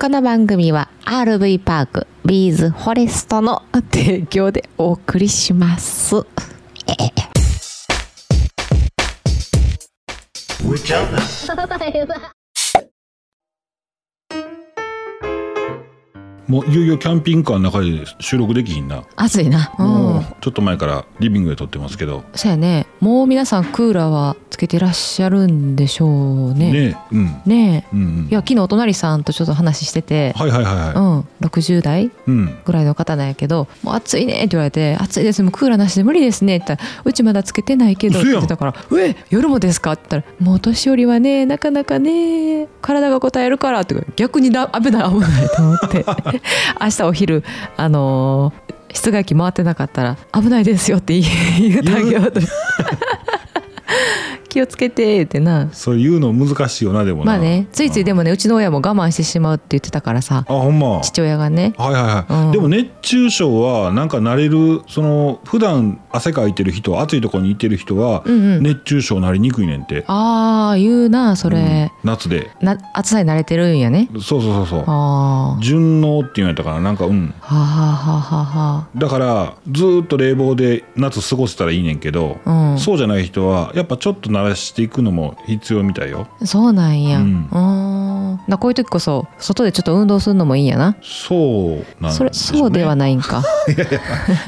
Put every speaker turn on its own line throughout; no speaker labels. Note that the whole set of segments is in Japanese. この番組は RV パークビーズフォレストの提供でお送りします。
もういよいよキャンピングカーの中で収録できひんな、
暑いな。
も
う。
うんちょっと前からリビングで撮ってますけど
そうやね。もう皆さんクーラーはつけてらっしゃるんでしょうね。
ねえうん
ねえ。
うんうん
いや昨日お隣さんとちょっと話してて、
はいはいはいは
うん、60代
いうん
ぐらいの方なんやけど「もう暑いね」って言われて「暑いですもうクーラーなしで無理ですね」って言ったら「うちまだつけてないけど」っ
嘘
て
や
言
ん
ってたから「え夜もですか?」って言ったら「もうお年寄りはねなかなかね体が応えるから」って逆にだ危ない危ないと思って 明日お昼あのー室外機回ってなかったら「危ないですよ」って言い言ってあげようと気をつけて言ってな
それ言うの難しいよなでもな
まあねついついでもねうちの親も我慢してしまうって言ってたからさ
あほんま
父親がね
はいはいはい、
うん
でも熱中症はなんか慣れるその普段汗かいてる人暑いとこにいてる人は
うんうん
熱中症なりにくいねんて、
ああ言うなそれ、
うん夏で
な暑さに慣れてるんやね
そうそうそうそう
あー
順応っていうんやったからなんかうん
はあはあはあは
だからずーっと冷房で夏過ごせたらいいねんけど、
あはあうんそ
そうじゃない人はやっぱちょっと慣らしていくのも必要みたいよ
うなんや、う
うんん、
なこういう時こそ外でちょっと運動するのもいいんやな
そうなん
それそうでは
な
ないんか
いい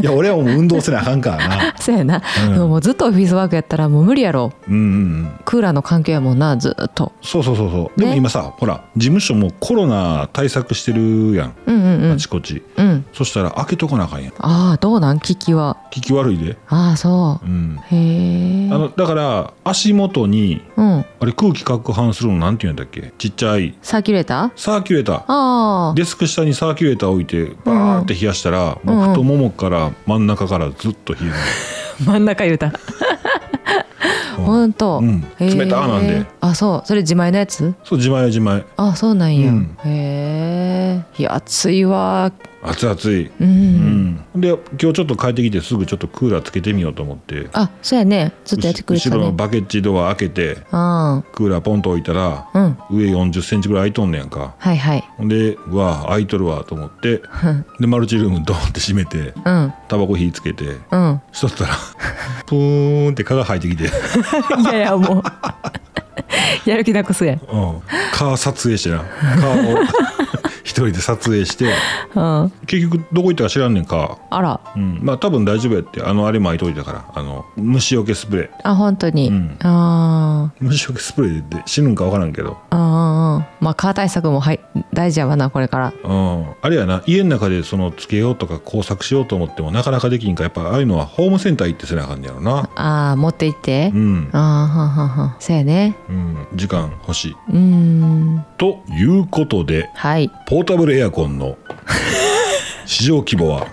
や俺はもう運動せなあかんからな
そうやな、
うん
でももうずっとオフィスワークやったらもう無理やろ
うんうんうん
クーラーの環境やもんなずっと
そうそうそうそうでも
ね
今さ、ほら事務所もコロナ対策してるやん
うんうんう
あ
ん
ちこち、
うん
そしたら開けとかなあかんやん
ああどうなん聞きは
聞き悪いで
ああそう
うん
へえ
あのだから足元に
うん
あれ空気攪拌するのなんて言うんだっけちっちゃい
サーキュレーター
サーキュレーター
ああ
デスク下にサーキュレーター置いてバーって冷やしたら、
うん
もう太ももから真ん中からずっと冷える、
真ん中言うた ほんと、
うん
へー
冷たーなんで
あそうそれ自前のやつ
そう自前は自前
あそうなんや、
うん
へえいや暑いわ
熱々い、
うん、
うんで今日ちょっと帰ってきてすぐちょっとクーラーつけてみようと思って
あそうやねずっとやってくれて
後
た
ろの
ね
バケッジドア開けて
あ
クーラーポンと置いたら、
あうん
上4 0ンチぐらい開いとんねやんか
はいはい
ほんでうわ開いとるわと思 っ
う
て
ん
でマルチルームドーンって閉めて
うん
タバコ火つけて
うん
しとったらプーンって蚊が入ってきて、うん、
いやいやもう やる気なくすやん
蚊撮影してな蚊を 一人で撮影して
うん
結局どこ行ったか知らんねんか、
あら
うん、まあ多分大丈夫やってあのあれ巻いといたからあの虫除けスプレー
あ本当に、
うん
あ
虫除けスプレーで死ぬんか分からんけど、
あああまあカー対策もはい大事やわなこれから
うん、あれやな家の中でそのつけようとか工作しようと思ってもなかなかできんからやっぱああいうのはホームセンター行ってせなあかんねやろな
ああ持って行って、
うん
あ、あはんはんはんそうやね
うん、時間欲しい
うん
ということで
はい
ポータブルエアコンの市場規模は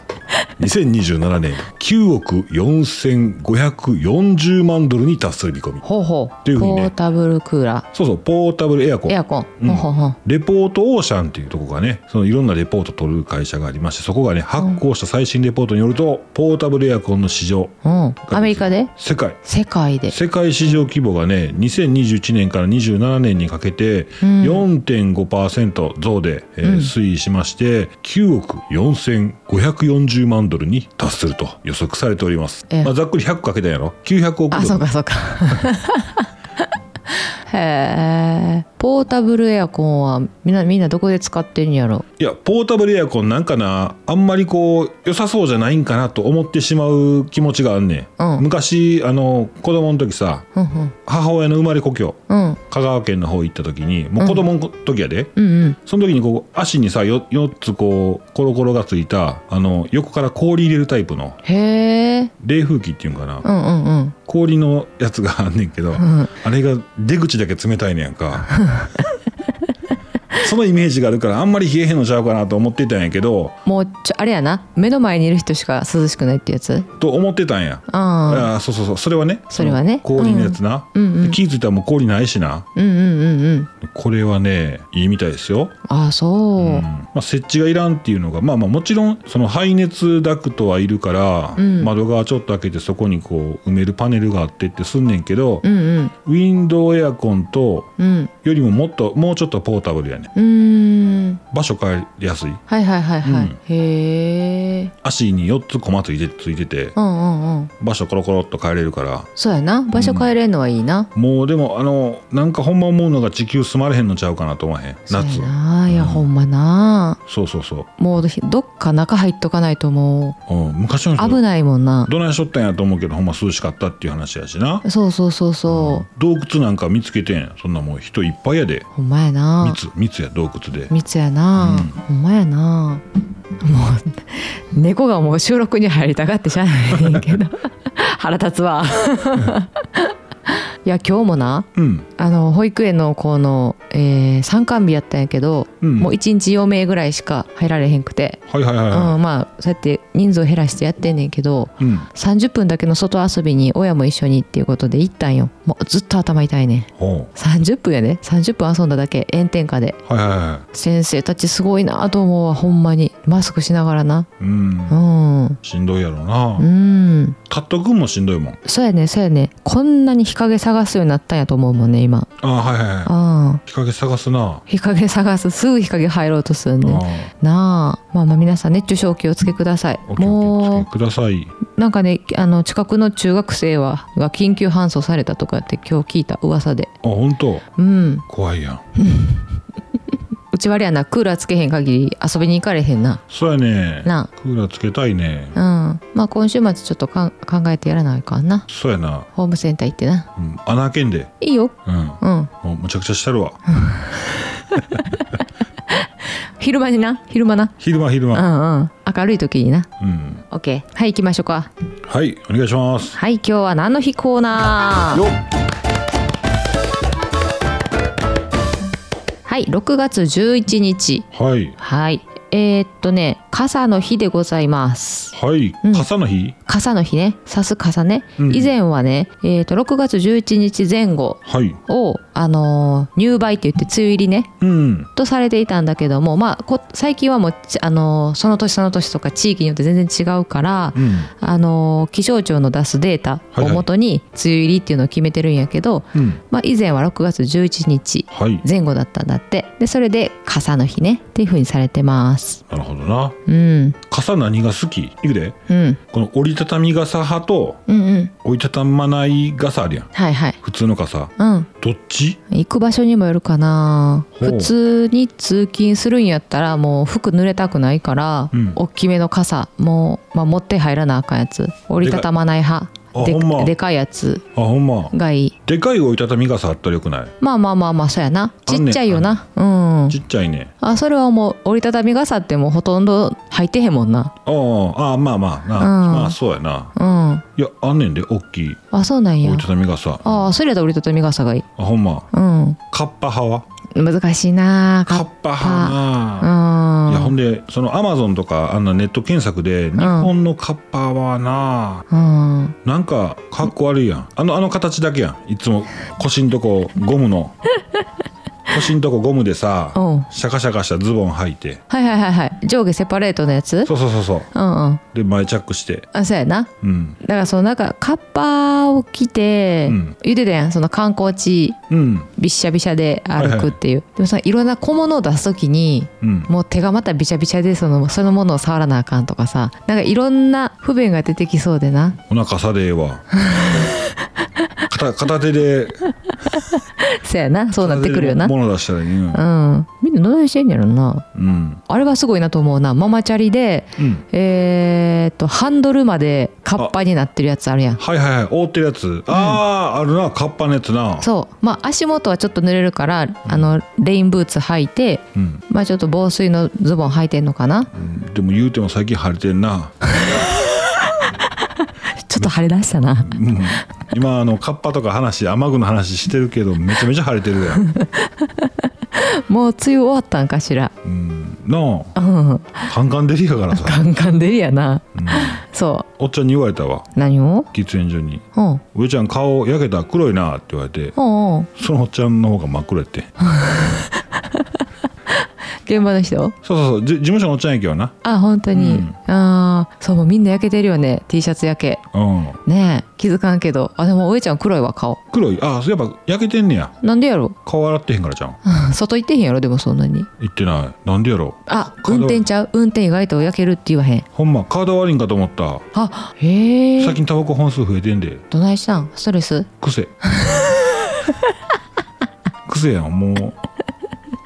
2027年9億4540万ドルに達する見込み
ほうほう
ていうふうに
ポ
ね
ータブルクーラ
そうそうポータブルエアコ
ー
ン
エアコン、
うん
ほうほうほう
レポートオーシャンっていうとこがねそのいろんなレポート取る会社がありましてそこがね発行した最新レポートによると、ポータブルエアコンの市場
うん、アメリカで
世界
世界で
世界市場規模がね2021年から27年にかけて
うん
4.5%増で、えー
うん
推移しまして9億4540万ドルに達すると予測されております、
ええ
まあ、ざっくり100かけたんやろ900億ドル
あそうか そうかへえポータブルエアコンはみんなみんなどこで使ってんやろ
いやポータブルエアコンなんかなあんまりこう良さそうじゃないんかなと思ってしまう気持ちがあんねん、
うん
昔あの子供の時さ
うんうん
母親の生まれ故郷
うん
香川県の方行った時にもう子供の時やで、
うんうん
その時にこう足にさ 4, つこうコロコロがついたあの横から氷入れるタイプの
へえ
冷風機っていうんか
う
な、
んうんうん
氷のやつがあんねんけど、
ん
あれが出口だけ冷たいねやんか そのイメージがあるからあんまり冷えへんのちゃうかなと思ってたんやけど
もうちょあれやな目の前にいる人しか涼しくないってやつ
と思ってたんや、
ああ
ああそうそうそうそれはね
それはね
その氷のやつな、
うんうんうん
で気づいたらもう氷ないしな
うんうんうんうん
これはねいいみたいですよ
ああそう、
うんまあ、設置がいらんっていうのが、まあ、まあもちろんその排熱ダクトはいるから、
うん
窓側ちょっと開けてそこにこう埋めるパネルがあってってすんねんけど、
うんうん
ウィンドウエアコンと
うん
よりももっともうちょっとポータブルやね
うーんうん
場所変えやすい
はいはいはいはい、
うん
へえ
足に4つ駒ついてついてて
うんうんうん
場所コロコロっと変えれるから
そうやな場所変えれんのはいいな、
もうでもあのなんかほんま思うのが地球住まれへんのちゃうかなと思わへん
そう
夏
やないや、
うん
ほんまな
そうそうそう、
もうどっか中入っとかないとも
うん、昔の
う
人
危ないもんな
どないしょったんやと思うけどほんま涼しかったっていう話やしな
そうそうそうそう、
洞窟なんか見つけてんそんなもう人いっぱいやで
ほんまやな
密密や洞窟で
密やな、ほ
うん
んまやなもう 猫がもう収録に入りたがってしゃあないねんけど 腹立つわ いや今日もな
うん
あの保育園の子の、えー、参観日やったんやけど、
うん
もう1日4名ぐらいしか入られへんくて、
はいはいはいは
うん、まあそうやって人数を減らしてやってんねんけど
いうん
30分だけの外遊びに親も一緒にっていうことで行ったんよもうずっと頭痛いねん
ほ
30分やね30分遊んだだけ炎天下で
うはいはいは
先生たちすごいなと思うわほんまにマスクしながらない
う
う
ん
ん
しんどいやろな
うん
たっとくんもしんどいもん
そうやねそうやねこんなに日陰探すようになったんやと思うもんね今
あはいはいは
あ
い
あ
日陰探すな
日陰探すすぐ日陰入ろうとするん
あ
で
あ
なあまあまあ皆さん熱中症お気をつけください
お気を
も
つけくださいう
なんかねあの近くの中学生はが緊急搬送されたとかって今日聞いた噂で
あ本当
うん
怖いやん
うち割りやなクーラーつけへん限り遊びに行かれへんな
そうやね
な
クーラーつけたいね
うんまあ今週末ちょっとかん考えてやらないかんな
そうやな
ホームセンター行ってな
うん穴開けんで
いいよ
うん
うん
もうむちゃくちゃしたるわ
昼間にな昼間な
昼間昼
う
間
んうん明るい時にな
うん
オッケーはい行きましょうか
はいお願いします
はい今日は何の日コーナー
よっ
はい6月11日
はい
はいえー、っとね傘の日でございます
はい
うん
傘の日
傘の日ねさす傘ね、
うん
以前はね、えー、と6月11日前後
はい
を、あのー入梅って言って梅雨入りね
うん
とされていたんだけども、まあ、こ最近はもう、ちあのーその年その年とか地域によって全然違うから、
うん
あのー気象庁の出すデータをもとに梅雨入りっていうのを決めてるんやけど、
うん
まあ、以前は6月11日
はい
前後だったんだってでそれで傘の日ねっていうふうにされてます。
なるほどな
うん、
傘何が好きいくで
うん、
この折りたたみ傘派と
うんうん
折りたたまない傘あるやん
はいはい
普通の傘
うん
どっち
行く場所にもよるかな
ほう
普通に通勤するんやったらもう服濡れたくないから、
うん
大きめの傘もう、まあ、持って入らなあかんやつ折りたたまない派
あ
で
ほんま
でかいやつ
あほんま
がいい
でかい折りたたみ傘あったらよくない
まあまあまあまあそうやなちっちゃいよなうん
ちっちゃいね
あそれはもう折りたたみ傘ってもうほとんど入ってへんもんな
ああああまあまあな
うん
まあそうやな
うん
いやあんねんで大きい
あそうなん
折
や
りたたみ傘あ
ああそれやったら折りたたみ傘がいい
ほんま
うん
カッパ派は
難しいな
カッパ派
う
なあいやほ
ん
んでそのアマゾンとかあんなネット検索で日本のカッパはなあ
うん
なんかかっこ悪いやんあのあの形だけやんいつも腰んとこゴ ムの腰んとこゴムでさ
うん
シャカシャカしたズボン履いて
はいはいはいはい上下セパレートのやつ
そうそうそうそう
うんうん
で前チャックして
あそうやな
うん
だからそのなんかカッパを着て、
うん
言うてたやんその観光地
うん
びっしゃびしゃで歩くっていう、でもさいろんな小物を出す時に
うん
もう手がまたびちゃびちゃでそのそのものを触らなあかんとかさなんかいろんな不便が出てきそうでな
お腹さでええわ片片手で
そうやなそうなってくるよな
片手で物出したらいいうん
うんみんなどないしてんやろな
うん
あれはすごいなと思うなママチャリで
うん
えー、っとハンドルまでカッパになってるやつあるやん
はいはいはい覆ってるやつあああるなカッパのやつな
そうまあ足元はちょっと濡れるから、あのレインブーツ履いて
うん
まあちょっと防水のズボン履いてんのかな
うんでも言うても最近晴れてんな
ちょっと晴れ出したな
うん今あのカッパとか話雨具の話してるけどめちゃめちゃ晴れてるやん、
もう梅雨終わったんかしら
うん、な
うん
あカンカンデリやからさ、
ガンガン出るやな
うん
そ
おっちゃんに言われたわ
う何を
喫煙所に
うんうん
「上ちゃん顔焼けた黒いな」って言われて
うん
そのおっちゃんの方が真っ黒やって
現場の人
そうそうそうじ事務所のおっちゃんやけどな
あ本当に、
う
ああそうもうみんな焼けてるよね T シャツ焼け
うん
ねえ気づかんけどあでもおえちゃん黒いわ顔
黒いああやっぱ焼けてんねや
なんでやろ
顔洗ってへんからじゃん
うん 外行ってへんやろでもそんなに
言ってないなんでやろ
あ
か
運転ちゃう運転意外と焼けるって言わへん
ほんま体悪いんかと思った
あへえ
最近タバコ本数増えてんで
どないしたんストレス
癖 癖やんもう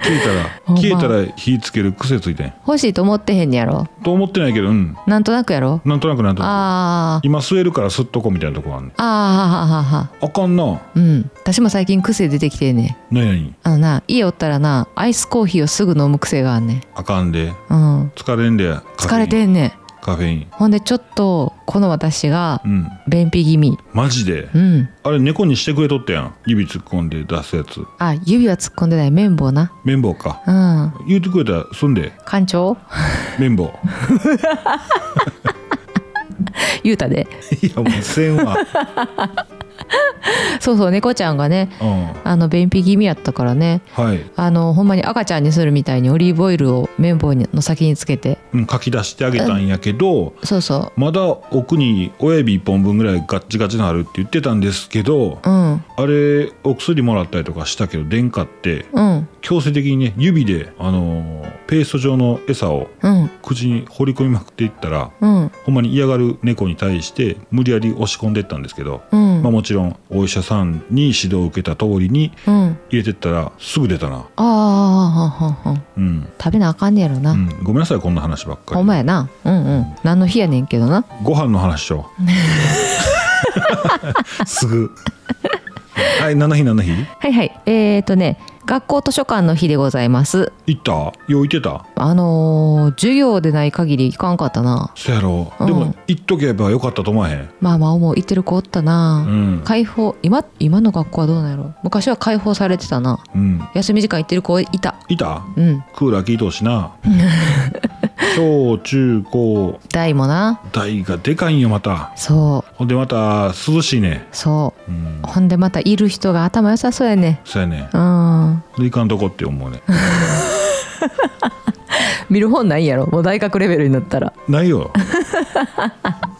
消えた
ほん
ら
ま
消えたら火つける癖ついてん
欲しいと思ってへんやろ
と思ってないけどうん
なんとなくやろ
なんとなくなんとな
あ
く今吸えるから吸っとこうみたいなとこあんの
ああああ
あかんな
うん私も最近癖出てきてんねん
何何
あのな家おったらなアイスコーヒーをすぐ飲む癖があんねん
あかんで
うん
疲れんでカフ
疲
ェイン
れてんねん
カフェイン
ほんでちょっとこの私が
うん
便秘気味
マジで
うん
あれ猫にしてくれとったやん指突っ込んで出すやつ
あ指は突っ込んでない綿棒な
綿棒か
うん
言うてくれたらすんで
館長
綿棒
言うたで
いやもうせんわ
そうそう猫ちゃんがね
うん
あの便秘気味やったからね
はい、
あのほんまに赤ちゃんにするみたいにオリーブオイルを綿棒にの先につけて
うん、書き出してあげたんやけど
そうそ
まだ奥に親指1本分ぐらいガッチガチのあるって言ってたんですけど
ううん
あれお薬もらったりとかしたけど殿下って
うん
強制的にね指で、あのーペースト状の餌を
うん
口に放り込みまくっていったら
うん
ほんまに嫌がる猫に対して無理やり押し込んでったんですけど、
うん
まあ、もちろんお医者さんに指導を受けた通りに
うん
入れてったらすぐ出たな、
ああはんはんはん
うん
食べなあかんねやろ
う
な、
ん、ごめんなさいこんな話ばっかり
ほんまやなうんうん何の日やねんけどな
ご飯の話しようすぐ はい何の日何の日
はいはいえー、とね学校図書館の日でございます
行ったよう行ってた
あのー授業でない限り行かんかったな
そやろ、
うん
でも行っとけばよかったと思わへん
まあまあ思う行ってる子おった
う
な、
ん、
解放今今の学校はどうなんやろ昔は解放されてたな
うん、
休み時間行ってる子いた
いた
うん
クーラー聞いてほしいな小中高
大もな
大がでかいんよまた
そ
ほんでまた涼しいね
うそううんほんでまたいる人が頭良さそうやね
そやね
うん
で行かんとこって思うね
見る本ないんやろもう大学レベルになったら
ないよ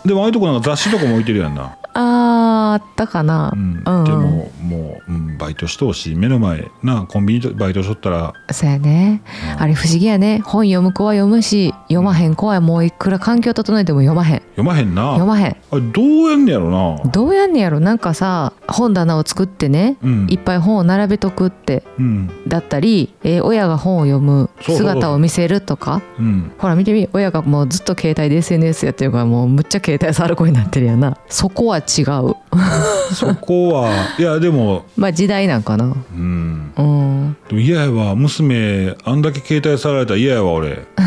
でもああいうとこなんか雑誌とかも置いてるやんな
あーあったかな、
うん、でももう、うん、バイトしてほしい目の前なコンビニでバイトしとったら
そうやね、
うん
あれ不思議やね本読む子は読むし読まへん子はもういくら環境整えても読まへん
読まへん
読
な
まへん
あれどうやんねやろな
どうやんねやろなんかさ本棚を作ってね、
うん
いっぱい本を並べとくって
うん
だったり、えー親が本を読む
そうそう
姿を見せるとか
うん
ほら見てみ親がもうずっと携帯で SNS やってるからもうむっちゃ携帯触る子になってるやなそこは違う
そこはいやでも
まあ時代なんかな
うん
うん
でも嫌やわ娘あんだけ携帯さられたら嫌やわ俺あ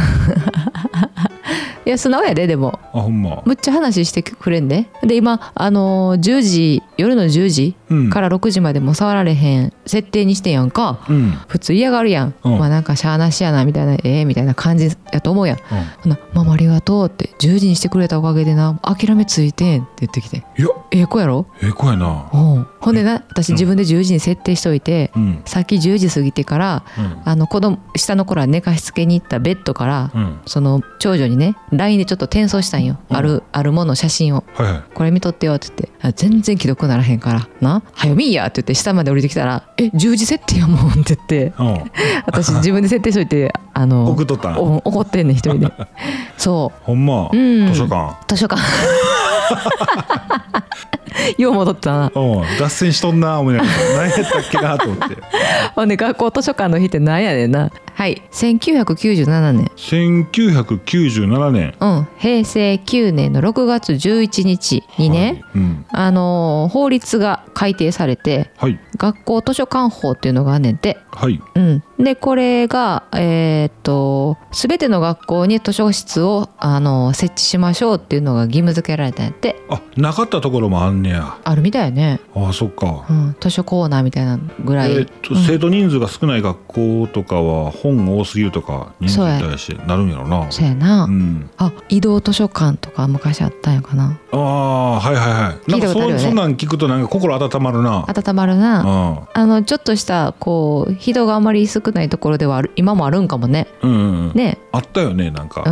いや素直やででも
ほんま
むっちゃ話してくれんでで今あのー10時夜の10時
うん
から6時までもう触られへん設定にしてんやんか
うんうん
普通嫌がるやん、
うん
まあなんかしゃあなしやなみたいなええみたいな感じやと思うやんほな「ママありがとう」って「10時にしてくれたおかげでな諦めついてん」って言ってきて
いや
「ええ子やろ?
ええ子やな」
うんほんでな私
うん
自分で10時に設定しといて、
うん
さっき10時過ぎてから
うん
あの子供下の頃は寝かしつけに行ったベッドから、
うん
その長女にね LINE でちょっと転送したんよ、
うん
あるあるもの写真を
はいはい
これ見とってよって言ってあ全然既読ならへんからな早見いやって言って下まで降りてきたらえ10時設定やもんって言って
うん
私自分で設定しといてあの
送っとったん
お怒ってんねん一人で そ
ほんま
うん
図書館
う図書館 よう戻ったな
うん脱線しとんな思いながら何やったっけなと 思って
ほんで学校図書館の日ってなんやねんなはい1997年
1997年
うん平成9年の6月11日にね、
はいうん
あのー法律が改定されて
はい
学校図書館法っていうのがあんねんて
はい
うん、でこれが、えーっと全ての学校に図書室をあの設置しましょうっていうのが義務付けられたんやって
あなかったところもあんねや
あるみたいね、
あそっか、
うん、図書コーナーみたいなぐらい、
えーっと
うん
生徒人数が少ない学校とかは本多すぎるとか人数に対してなるんやろな
そうやな、
うん、
あ移動図書館とか昔あったんやかな
ああはいはいは
聞
いないん
た
か
ことあるよね
そそんなん聞くとなんか心温まるな
温まるな、なあのちょっとしたこう人があまり少ないところではある今もあるんかもね
うんうんうん、
ね
あったよねなん
うん
か、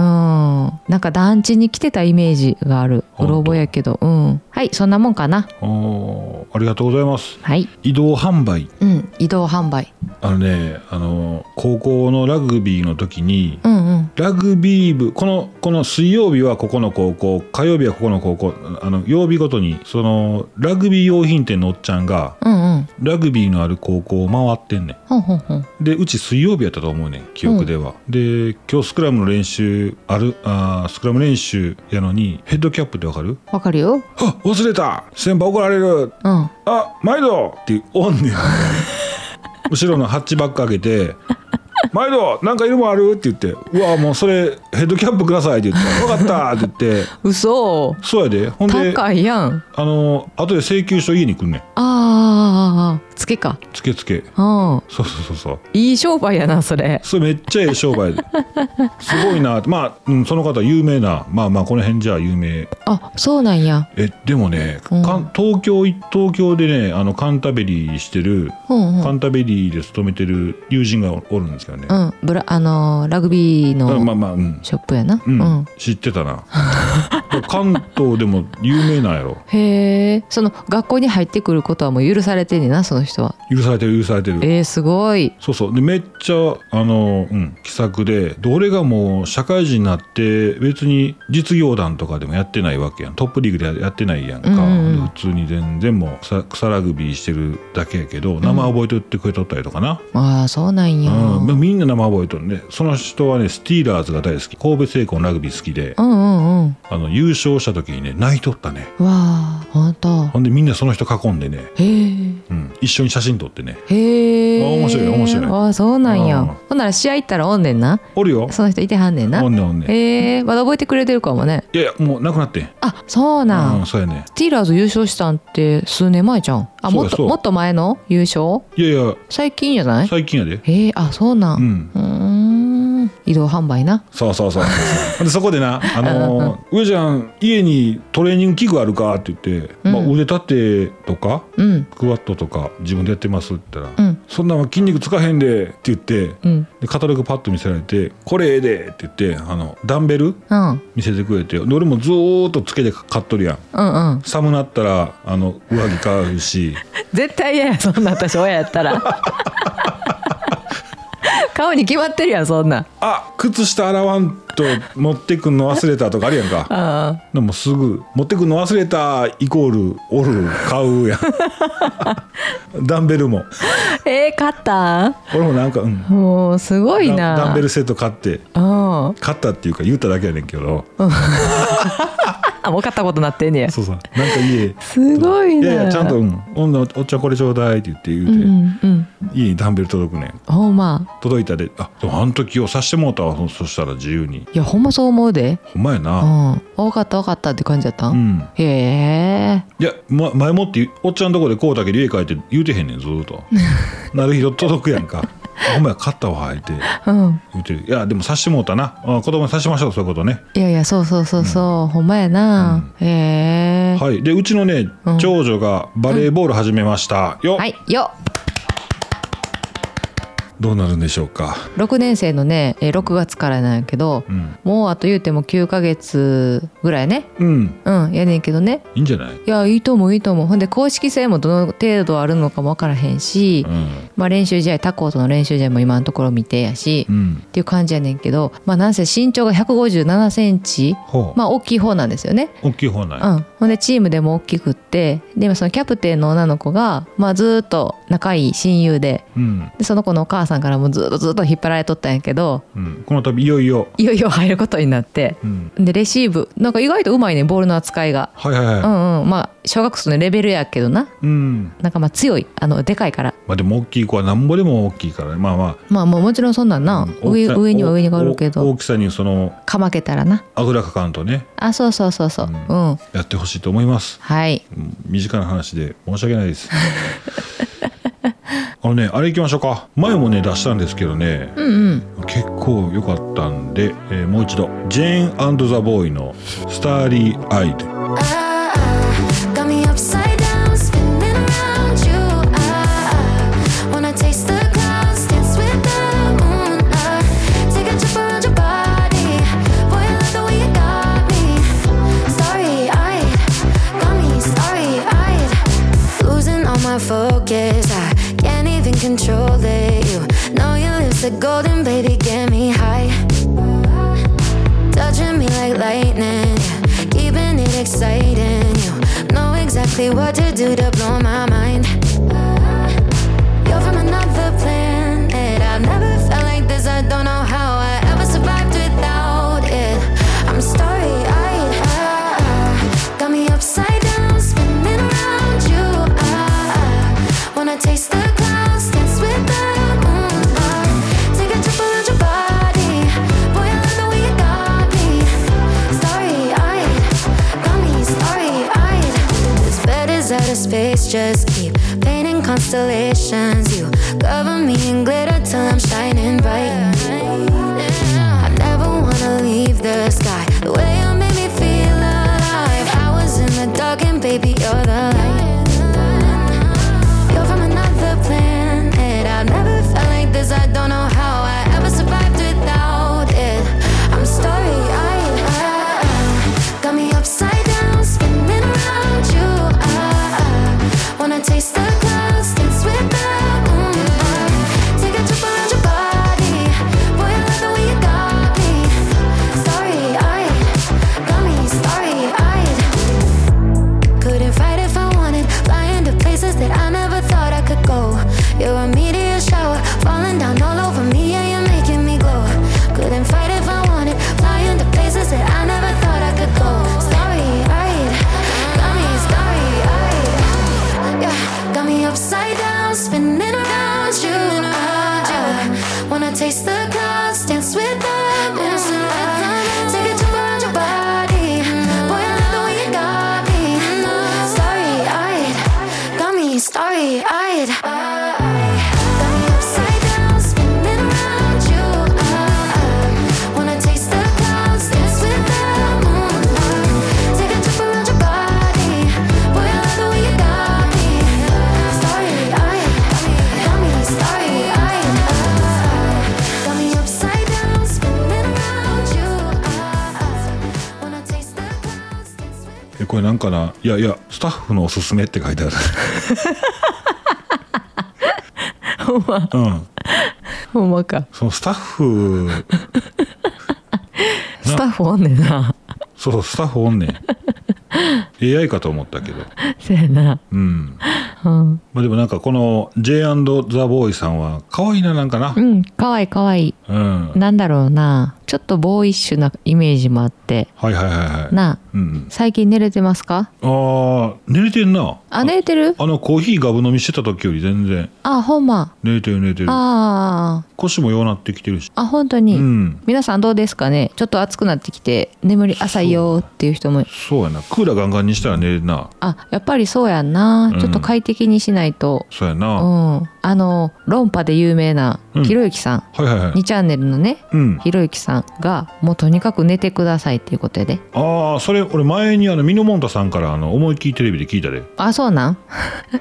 なんか団地に来てたイメージがある
ほ
うん
と
ろ覚えやけどうんはいそんなもんかな
おーありがとうございます
はい
移動販売
うん移動販売
あのねあの高校のラグビーの時に、
うんうん
ラグビー部このこの水曜日はここの高校火曜日はここの高校あの曜日ごとにそのラグビー用品店のおっちゃんが
うんうん
ラグビーのある高校を回ってんね
ほんほんほん
んでうち水曜日やったと思うねん記憶では、で今日スクラムの練習あるあースクラム練習やのにヘッドキャップってわかる
わかるよ
あ忘れた先輩怒られる
うん
あ毎度っておんね ん後ろのハッチバック開けて「毎度なんかいるもんある?」って言って「うわもうそれヘッドキャップください」って言って「分かった」って言って
嘘
そうやでほんで
高いやん
あの後で請求書家に来んねん
あーつけか
つけつけ
うん
そうそうそうそう
いい商売やなそれ
それめっちゃええ商売すごいなまあ、うん、その方有名なまあまあこの辺じゃ有名
あそうなんや
えでもね、か
うん
ん、東京東京でねあのカンタベリーしてる
うんうん
カンタベリーで勤めてる友人がおるんですけどね、
うんブラあのーラグビー
まあま
の
あまあうん、
ショップやな
うん
うん
知ってたな 関東でも有名なんやろ
へえその学校に入ってくることはもう許されてんねんなその人は
許されてる許されてる
えー、すごい
そうそうでめっちゃあの、うん、気さくでで俺がもう社会人になって別に実業団とかでもやってないわけやんトップリーグでやってないやんか、
うんうんうん
で普通に全然もう草草ラグビーしてるだけやけど名前覚えてってくれとったりとかな、
ああそうなん
う
や
ん
うんう
まあ
ん
みんな名前覚えとるねその人はねスティーラーズが大好き神戸製鋼のラグビー好きで
うんわ
あの優勝した時にね泣いとったね
あほんと
ほんでみんなその人囲んでね、
へえ
うん、一緒に写真撮ってね
へえ
あ面白い面白い
ああそうなん
うん
やほんなら試合行ったらおんねんな
おるよ
その人いてはんねんな
おんねんおんねんい
へえまだ覚えてくれてるかもね
やいやもうなくなってん
あそうなん、
うん、そうやね
スティーラーズ優勝したんって数年前じゃんあ
そうや
もっ
そ
と
う
もっと前の優勝
いやいや
最近じゃない
最近やで
へえあそうな
うんん
うーん移動販売な
そうそ うそうそうでそこでな「あのー上ちゃん家にトレーニング器具あるか?」って言って「まあ、
うん
腕立てとか
うん
クワットとか自分でやってます」って言ったら「
うん
そんなんは筋肉つかへんで」って言って
うん
でカタログパッと見せられて「これええで」って言ってあのダンベル
うん
見せてくれてで俺もずーっとつけて買っとるやん
うんうん
寒なったらあの上着買うし
絶対嫌やそんな私親やった ら顔に決まってるやんそんなん
あ靴下洗わんと持ってくんの忘れたとかあるやんか
あ
でもすぐ持ってくんの忘れたイコールおる買うやん ダンベルも
あえー、勝ったん
俺もなんか、うん、
もうすごい
ダ
な
ンダンベルセット買って
うんあ
買ったっていうか言っただけやねんけど
もう勝ったことなってんねや
そうさなんか家
すごいな
やいやちゃんと「うん、女おっちゃんこれちょうだい」って言って言う
う
て、
んうんうん
家にダンベル届くねん
ほんま
届いたで「あでもあの時をさしてもうたわそそしたら自由に
いやほんまそう思うで
ほんまや
う
な」
ん多かった多かったって感じやった
うんん
へえ
いや、ま、前もっておっちゃんとこでこうだけで家帰って言うてへんねんずー っとなる日届くやんか「あほんまや勝ったわ」言って
うん
言ってるいやでもさしてもうたなあ子供にさしましょうそういうことね
いやいやそうそうそうそう、ほんまやな、へえは
はいでうちのね、
うん
長女がバレーボール始めました、よ、
い、よ
どうなるんでしょうか
6年生のねえー6月からなんやけど、
うん、
もうあと言うても9ヶ月ぐらいね
うん、
うんやねんけどね
いいんじゃない、
いやいいと思ういいと思うほんで公式戦もどの程度あるのかもわからへんし、
うん
まあ練習試合他校との練習試合も今のところ未定やし、
う
っ
ん、
ていう感じやねんけどまあなんせ身長が1 5 7センチ
ほう、
まあ大きい方なんですよね
大きい方ない、
うん、ほんでチームでも大きくってで今そのキャプテンの女の子が、まあ、ずーっと仲いい親友で
うん
でその子のお母さんからもずーっとずーっと引っ張られとったんやけど
うん、この度いよいよ、
いよいよ入ることになって
うん、
でレシーブなんか意外とうまいねボールの扱いが。
はいはいうはい
んうん、まあ小学生のレベルやけどな
うん、
なんかまあ強いあのでかいから
まあでも大きい子はなんぼでも大きいからねまあま
まあもうもちろんそんなん
あ、
な、
うん
上
大きさ
上には上にがあるけ
おお
ど
大きさにその
かまけたらな
あぐらかかんとね
あそうそうそうそう
う
うんん、
やってほしいと思います
はい
うん身近な話で申し訳ないですあのねあれ行きましょうか前もね出したんですけどね
うんうん
結構良かったんで、えーもう一度ジェーンザ・ボーイの「スターリー・アイド」
Ah, ah, got me upside down, spinning around you. Ah, Ah, exactly what to do to blow my mind. You're from another planet. I've never felt like this. I don't know how I ever survived without it. I'm sorry, I ah, got me upside down, spinning around you. I wanna taste the clouds, dance with the moon. Ah, take a trip around your body, boy. I love the way you got me. Sorry, I got me sorry. I this bed is out of space. Just keep painting constellations. You cover me in glitter till I'm shining bright. I never wanna leave the sky. The way you made me feel alive. I was in the dark and baby you're the light. You're from another planet. I've never felt like this. I don't know how I ever survived without it. I'm sorry. I, I got me upside down, spinning around you. I, I wanna taste the clouds, dance with the moon. I take a trip around your body, boy. I love the way you got me. Sorry, I got me starry-eyed. Couldn't fight if I wanted. Flying to places that I never thought I could go. You're a meteor shower falling down all over me. Yeah, you're making me glow. Couldn't fight if I wanted. Flying to places that I never thought I could go. Sorry, I got me sorry, I yeah, got me upside down, spinning around you. I, I wanna taste the clouds, dance with the moon. Take a trip around your body, boy. I love the way you got me. Starry eyed, got me starry eyed. Wanna taste the clouds, dance with the moon. Take a trip around your body, boy. I love the way you got me. Starry eyed, got me starry eyed. uh, Got me upside down, spinning around you. Uh, Wanna taste the clouds, dance with.
えこれなんかないやいやスタッフのおすすめって書いてある
ほんま
うん
ほんまか
そのスタッフ
スタッフおんねんな
そうスタッフおんねん AI かと思ったけど
せやな
うん
うん、
まあでもなんかこの J& ザ・ボーイさんは可愛いななんかな
うん、かわいいかわいい
うん、はい
なんだろうなちょっとボーイッシュなイメージもあって
はいはいはい
なあ
うん
最近寝れてますか
あー寝れてんな
あ寝れてる
あのコーヒーガブ飲みしてた時より全然
あほんま
寝れてる寝れてる
あ
腰もようなってきてるし
ああ本当に、
うん
皆さんどうですかねちょっと暑くなってきて眠り浅いよっていう人も
そうやなクーラーガンガンにしたら寝れるな
あやっぱりそうやんな、
うん
ちょっと快適にしないと
そうや
う
な、
んあの論破で有名な
うん
ひろゆきさん、
はいはいはい
2チャンネルのね
うん
ひろゆきさんがもうとにかく寝てくださいっていうことやで
ああそれ俺前にあのミノモンタさんからあの思いっきりテレビで聞いたで
あそうなん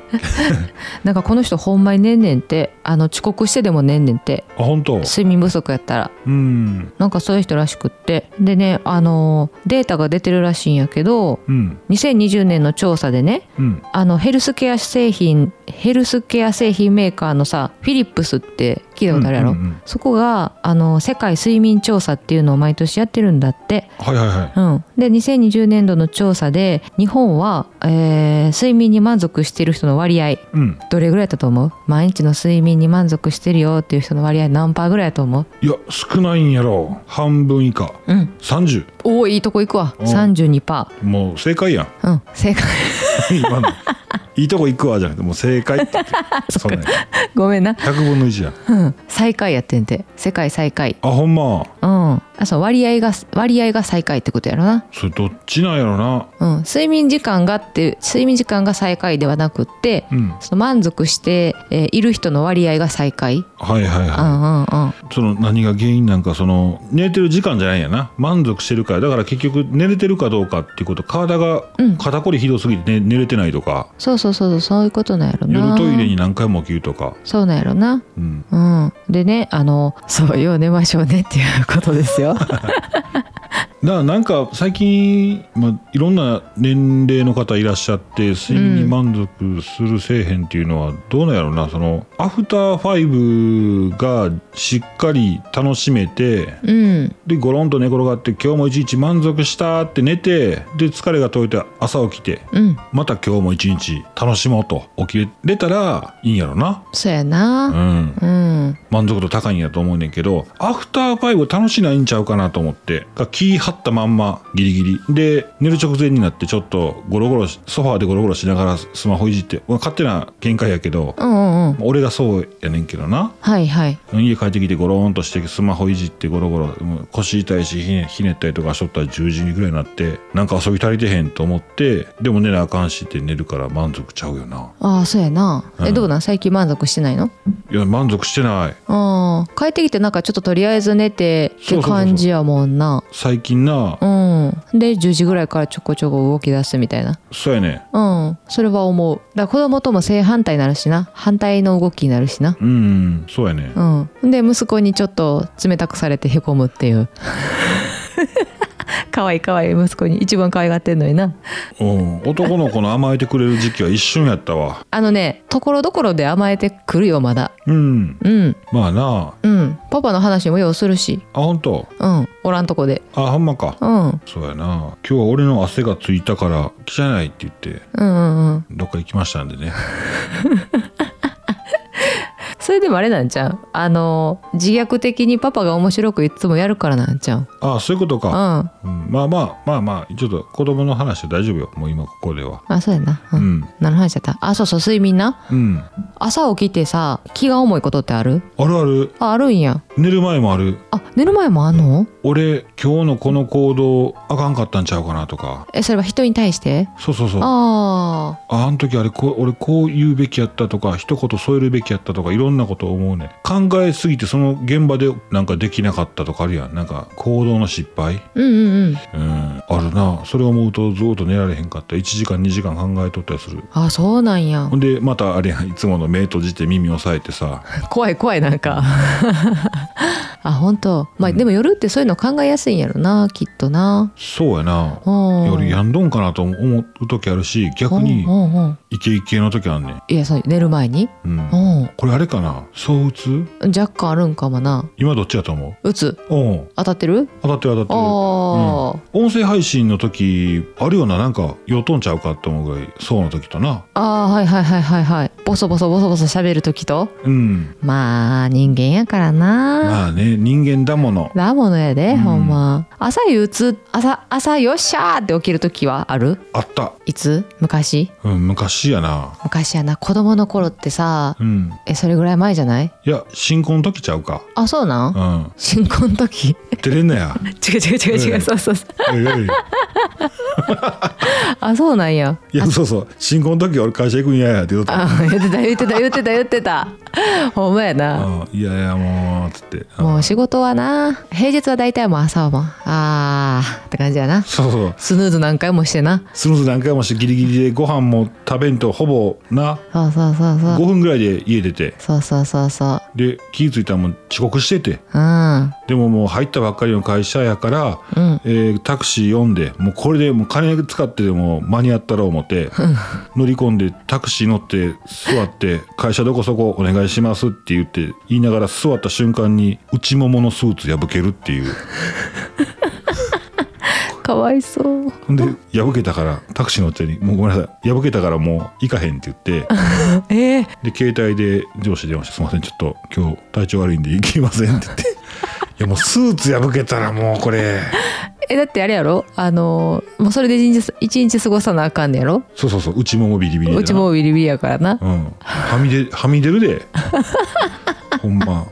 なんかこの人ほんまにねんねんってあの遅刻してでもねんねんって
あ本当
睡眠不足やったら
うん
なんかそういう人らしくってでねあのデータが出てるらしいんやけど
うん
2020年の調査でね
うん
あのヘルスケア製品ヘルスケア製品メーカーのさフィリップスって聞いたことあるやろ、
うんうんうん
そこがあの世界睡眠調査っていうのを毎年やってるんだって
はいはいはい
うん、で2020年度の調査で日本は、えー睡眠に満足してる人の割合
うん
どれぐらいだと思う毎日の睡眠に満足してるよっていう人の割合何パーぐらいだと思う
いや少ないんやろ半分以下
うん
30
おーいいとこ行くわ
うん
32パ
もう正解やん
ーうん正解
今のいいとこ行くわじゃなくてもう正解って 言ってそんなんや
ごめんな
100分の1やん
うん最下位やってんて世界最下位
あほんま
うんあそう割合が割合が最下位ってことやろな
それどっちなんやろな
うん睡眠時間がって睡眠時間が最下位ではなくって、
うん
その満足して、えーいる人の割合が最下位、
はいはい
うん
は
うんうん
いその何が原因なんかその寝れてる時間じゃないんやな満足してるからだから結局寝れてるかどうかっていうこと体が
うん
肩こりひどすぎて、ね寝れてないとか
そうそうそうそうそういうことなんやろな
夜トイレに何回も起きるとか
そうなんやろな
うん
うんでねあのそうよう寝ましょうねっていうことですよ
だからなんか最近、まあ、いろんな年齢の方いらっしゃって睡眠に満足するせえへんっていうのはどうなんやろうなそのアフターファイブがしっかり楽しめて
うん
でゴロンと寝転がって今日も一日満足したって寝てで疲れが解いて朝起きて
うん
また今日も一日楽しもうと起きれたらいいんやろな
そうや
う
なんうん
満足度高いんやと思うねんけどアフターファイブ楽しないんちゃうかなと思ってが気張ったまんまギリギリで寝る直前になってちょっとゴロゴロしソファーでゴロゴロしながらスマホいじってまあ勝手な見解やけど
うんうんうん
俺がそうやねんけどな
はいはい
家帰ってきてゴローンとしてスマホいじってゴロゴロもう腰痛いしひねひねったりとかしょったら10時ぐらいになってなんか遊び足りてへんと思ってでも寝なあかんしって寝るから満足ちゃうよな
ああそうやなえ、
うん
どうなん最近満足してないの
いや満足してない
ああ帰ってきてなんかちょっととりあえず寝てっ
そ
て
うそうそうそう
感じやもんな
最近な
うんで10時ぐらいからちょこちょこ動き出すみたいな
そうやねん
うんそれは思うだから子供とも正反対になるしな反対の動きになるしな
うんそうやね
うんで息子にちょっと冷たくされてへこむっていう かわいいかわいい息子に一番可愛がってんのにな
うん男の子の甘えてくれる時期は一瞬やったわ
あのねところどころで甘えてくるよまだ
うん
うん
まあな
うんパパの話もようするし
あほんと
うんおらんとこで
あほんまか
うん
そうやな今日は俺の汗がついたから汚いって言って
うんうんうん
どっか行きましたんでね
それでもあれなんちゃうあの自虐的にパパが面白くいつもやるからなんちゃう
あそういうこと
うん
か、
あ
うん、まあまあまあまあちょっと子供の話は大丈夫よもう今ここでは
そうやなう
うんん
何の話だったあそうそう睡眠な
うん
朝起きてさ気が重いことってある
あるある
ああるんや
寝る前もある
あ寝る前もあんの
俺今日のこの行動あかんかったんちゃうかなとか
えそれは人に対して
そうそうそうあ
あ
あの時あれこう俺こう言うべきやったとか一言添えるべきやったとかいろんなこと思うね考えすぎてその現場でなんかできなかったとかあるやんなんか行動の失敗
あうんうんうん
うんあるなそれ思うとずっと寝られへんかった1時間2時間考えとったりする
あそうなんや
ほんでまたあれやんいつもの目閉じて耳押さえてさ
怖い怖いなんか あ本当まあ、でも夜ってそういうの考えやすいんやろなきっとな
そうやな
うん
夜やんどんかなと思う時あるし逆に
うんうんうん
イケイケの時あんねん、
いやそう寝る前に
うん、
うん
これあれかな躁うつ
若干あるんかもな
今どっちやと思
うつ
ううん
当たってる
当たってる当
あ
たって
ー、
る音声配信の時あるようななんかよとんちゃうかって思うぐらいそうの時とな
あーはいはいはいはいはいボソボソボソボソ喋る時と
うん
まあ人間やからな
まあね人間だもの
ラモノやで、
うん
ほんま朝憂鬱朝朝よっしゃーって起きる時はある
あった、
いつ昔
うん、昔やな
昔やな子供の頃ってさ
うん
えそれぐらい前じゃない
いや新婚の時ちゃうか
あそうなん
うん
新婚の時
照れんなや
違う違う違う違う、
うん
そうそうそう
おいおい
あそうなんや
いやそうそう新婚の時俺会社行くん嫌やって言うとった
あ言ってた言ってた言ってた言ってた ほんまやな
うんいやいやもうつってうん
もう仕事はな平日は大体もう朝はもうあーって感じやな
そうそう
スヌーズ何回もしてな
スムーズ何回もしてギリギリでご飯も食べんとほぼな
そうそうそうそ
5
う
分ぐらいで家出て
そうそうそうそう
で気ぃ付いたらもう遅刻してて
うん
でももう入ったばっかりの会社やから、
うん
えータクシー呼んでもうこれでもう金使ってでも間に合ったら思って乗り込んでタクシー乗って座って「会社どこそこお願いします」って言って言いながら座った瞬間に内もものスーツ破けるっていう
かわいそう
ほんで破けたからタクシー乗ってに「もうごめんなさい破けたからもう行かへん」って言って。
えー、
で携帯で上司に電話して「すいませんちょっと今日体調悪いんで行きません」って言って「いやもうスーツ破けたらもうこれ
えだってあれやろあのーもうそれで一日一日過ごさなあかんねやろ
そうそうそう内ももビリビリでな
うちもビリビリやからな
うんはみ出はみ出 るでほんま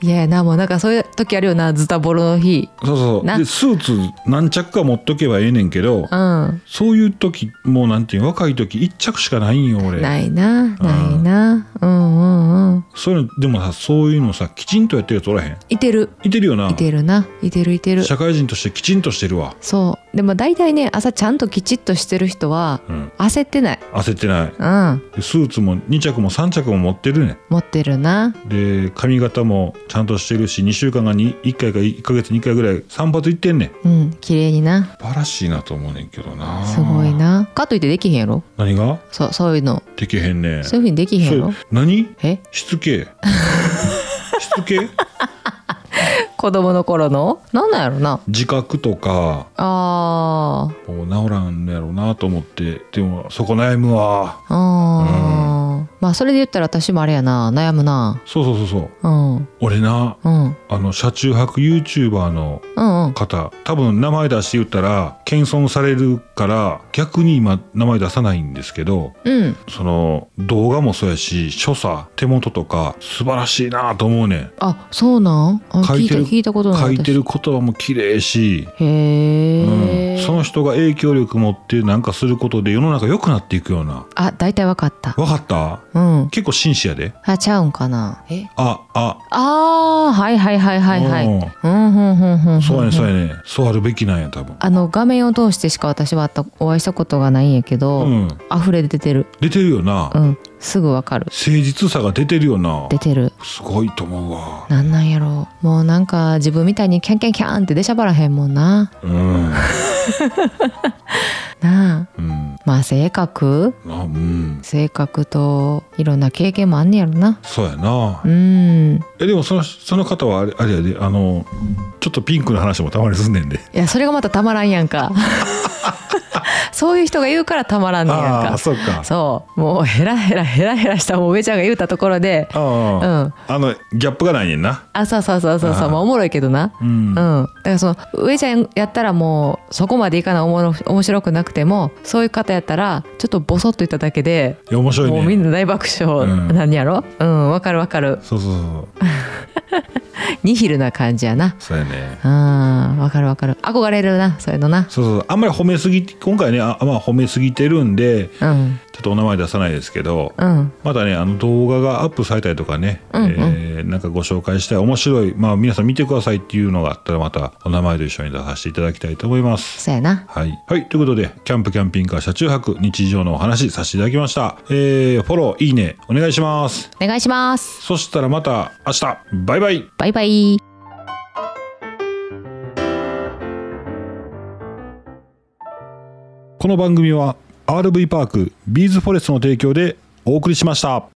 いやいやなもうなんかそういう時あるよなズタボロの日
そうそう
な
でスーツ何着か持っとけばええねんけど
うん
そういう時もうなんていうの若い時一着しかないんよ俺
ないなないなうんうんうん
そういうのでもさそういうのさきちんとやってるやつおらへん
いてる
いてるよない
てるないてるいてる
社会人としてきちんとしてるわ
そうでも大体ね朝ちゃんときちっとしてる人は
うん、
焦ってない
焦ってない
うん
でスーツも2着も3着も持ってるね
持ってるな
で髪型もちゃんとしてるし2週間がに1回か1ヶ月に1回ぐらい散髪行ってんねん
うん綺麗にな
素晴らしいなと思うねんけどな
すごいなかといってできへんやろ
何が
そそういうの
できへんねん
そういうふうにできへんやろ
それ何
え
しつ けしつけ
子供の頃のなんなんやろな
自覚とか
あー
もう治らんのやろうなと思ってでもそこ悩むわ
あー、まあそれで言ったら私もあれやな悩むな
そうそうそうそう
うんうん
俺な
うん
あの車中泊 YouTuber の
うん
方多分名前出して言ったら謙遜されるから逆に今名前出さないんですけど
うん
その動画もそうやし所作手元とか素晴らしいなと思うねん
あそうなんあ
書
聞
い
い
て
た
る
聞いたことない
書いてる
私
言葉も綺麗し、
へ
うん、
え、
その人が影響力持ってなんかすることで世の中良くなっていくような
あ大体わかった
わかった
うん
結構紳士やで
あちゃうんかなえ
ああ
ああはいはいはいはいはい
う
う
ん
んうんうんうんんん
そうやねそうやねそうあるべきなんや多分
あの画面を通してしか私は会ったお会いしたことがないんやけど、
うん
溢れ出てる
出てるよな、
うんすぐわかる
誠実さが出てるよな
出てる
すごいと思うわ
なんなんやろうもうなんか自分みたいにキャンキャンキャンって出しゃばらへんもんな
うん
なあ
うん
まあ性格
なうん
性格といろんな経験もあんねやろな
そうやな
う、んい
えでもそのその方はあれあれやであのちょっとピンクの話もたまにすんねんで
やそれがまたたまらんやん かそういう人が言うからたまらんねやん
ああ
か
そっか
そうもうヘラヘラヘラヘラしたもう上ちゃんが言うたところで
あ
う
あ、
ん
あのギャップがないねんな
あそうそうそうそうそう
あー
まあおもろいけどな
う
うんん、だからその上ちゃんやったらもうそこまでいかないおもろ面白くなくてもそういう方やったらちょっとボソッと言っただけで
いや面白い
もうみん
ね
な大爆笑
うん
なんやろうんわ、かるわかる
そうそうそう
ニヒルな感じやな
そうやね
うんわかるわかる憧れるなそういうのな
そうそうあんまり褒めすぎ今回ねあまあ褒めすぎてるんで
うん
ちょっとお名前出さないですけど、
うん
またねあの動画がアップされたりとかね、
うんうん
えーなんかご紹介したい面白いまあ皆さん見てくださいっていうのがあったらまたお名前と一緒に出させていただきたいと思います
そうやな
はい、はい、ということでキャンプキャンピングカー車中泊日常のお話させていただきました、えー、フォローいいねお願いします
お願いします
そしたらまた明日バイバイ
バイバイ
この番組は RV パークビーズフォレストの提供でお送りしました